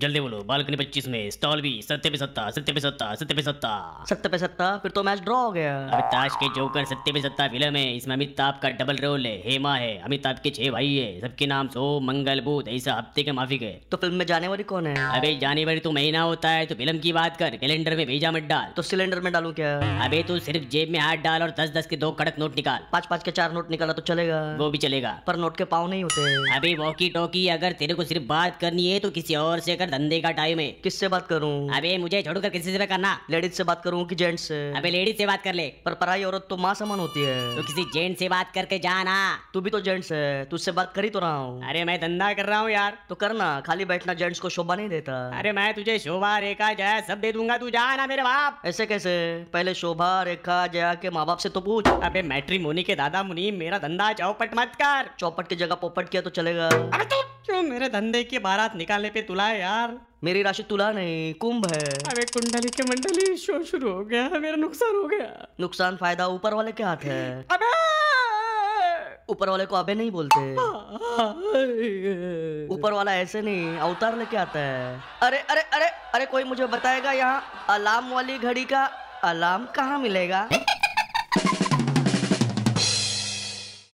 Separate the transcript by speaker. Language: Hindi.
Speaker 1: जल्दी बोलो बालकनी पच्चीस में स्टॉल भी सत्ते पे सत्ता सत्ते पे सत्ता सत्ते पे सत्ता
Speaker 2: सत्ते पे सत्ता फिर तो मैच ड्रॉ हो गया
Speaker 1: अब ताश के जोकर सत्ते पे सत्ता फिल्म है इसमें अमिताभ का डबल रोल है हेमा है अमिताभ के छह भाई है सबके नाम सोम मंगल बुध ऐसा हफ्ते के माफिक है
Speaker 2: तो फिल्म में जाने वाली कौन है
Speaker 1: अबे जानवरी तो महीना होता है तो फिल्म की बात कर कैलेंडर में भेजा मत डाल
Speaker 2: तो सिलेंडर में डालू क्या
Speaker 1: अबे तू सिर्फ जेब में हाथ डाल और दस दस के दो कड़क नोट निकाल
Speaker 2: पाँच पाँच के चार नोट निकाला तो चलेगा
Speaker 1: वो भी चलेगा
Speaker 2: पर नोट के पाँव नहीं होते
Speaker 1: अबे वॉकी टॉकी अगर तेरे को सिर्फ बात करनी है तो किसी और से कर धंधे का टाइम है
Speaker 2: किससे बात करूं
Speaker 1: अबे मुझे छोड़कर किसी से भी करना
Speaker 2: लेडीज से बात करूं कि जेंट्स से
Speaker 1: अबे लेडीज से बात कर ले
Speaker 2: पर पराई औरत तो माँ समान होती है
Speaker 1: तो किसी जेंट से बात करके जाना
Speaker 2: तू भी तो जेंट्स है तुझसे बात कर ही तो रहा हूँ
Speaker 1: अरे मैं धंधा कर रहा हूँ यार
Speaker 2: तो करना खाली बैठना जेंट्स को शोभा नहीं देता
Speaker 1: अरे मैं तुझे शोभा रेखा जया सब दे दूंगा तू जाना मेरे बाप
Speaker 2: ऐसे कैसे पहले शोभा रेखा जया के माँ बाप से तो पूछ
Speaker 1: अबे मैट्रिमोनी के दादा मुनीम मेरा धंधा चौपट मत कर
Speaker 2: चौपट की जगह पोपट किया तो चलेगा
Speaker 1: अबे तू क्यों मेरे धंधे की बारात निकालने पे तुला है यार
Speaker 2: मेरी राशि तुला नहीं कुंभ है
Speaker 1: अबे कुंडली के मंडली शो शुरू हो गया मेरा नुकसान हो गया
Speaker 2: नुकसान फायदा ऊपर वाले के हाथ है
Speaker 1: अबे
Speaker 2: ऊपर वाले को अबे नहीं बोलते ऊपर वाला ऐसे नहीं अवतार लेके आता है अरे अरे अरे अरे कोई मुझे बताएगा यहाँ अलार्म वाली घड़ी का अलार्म कहाँ मिलेगा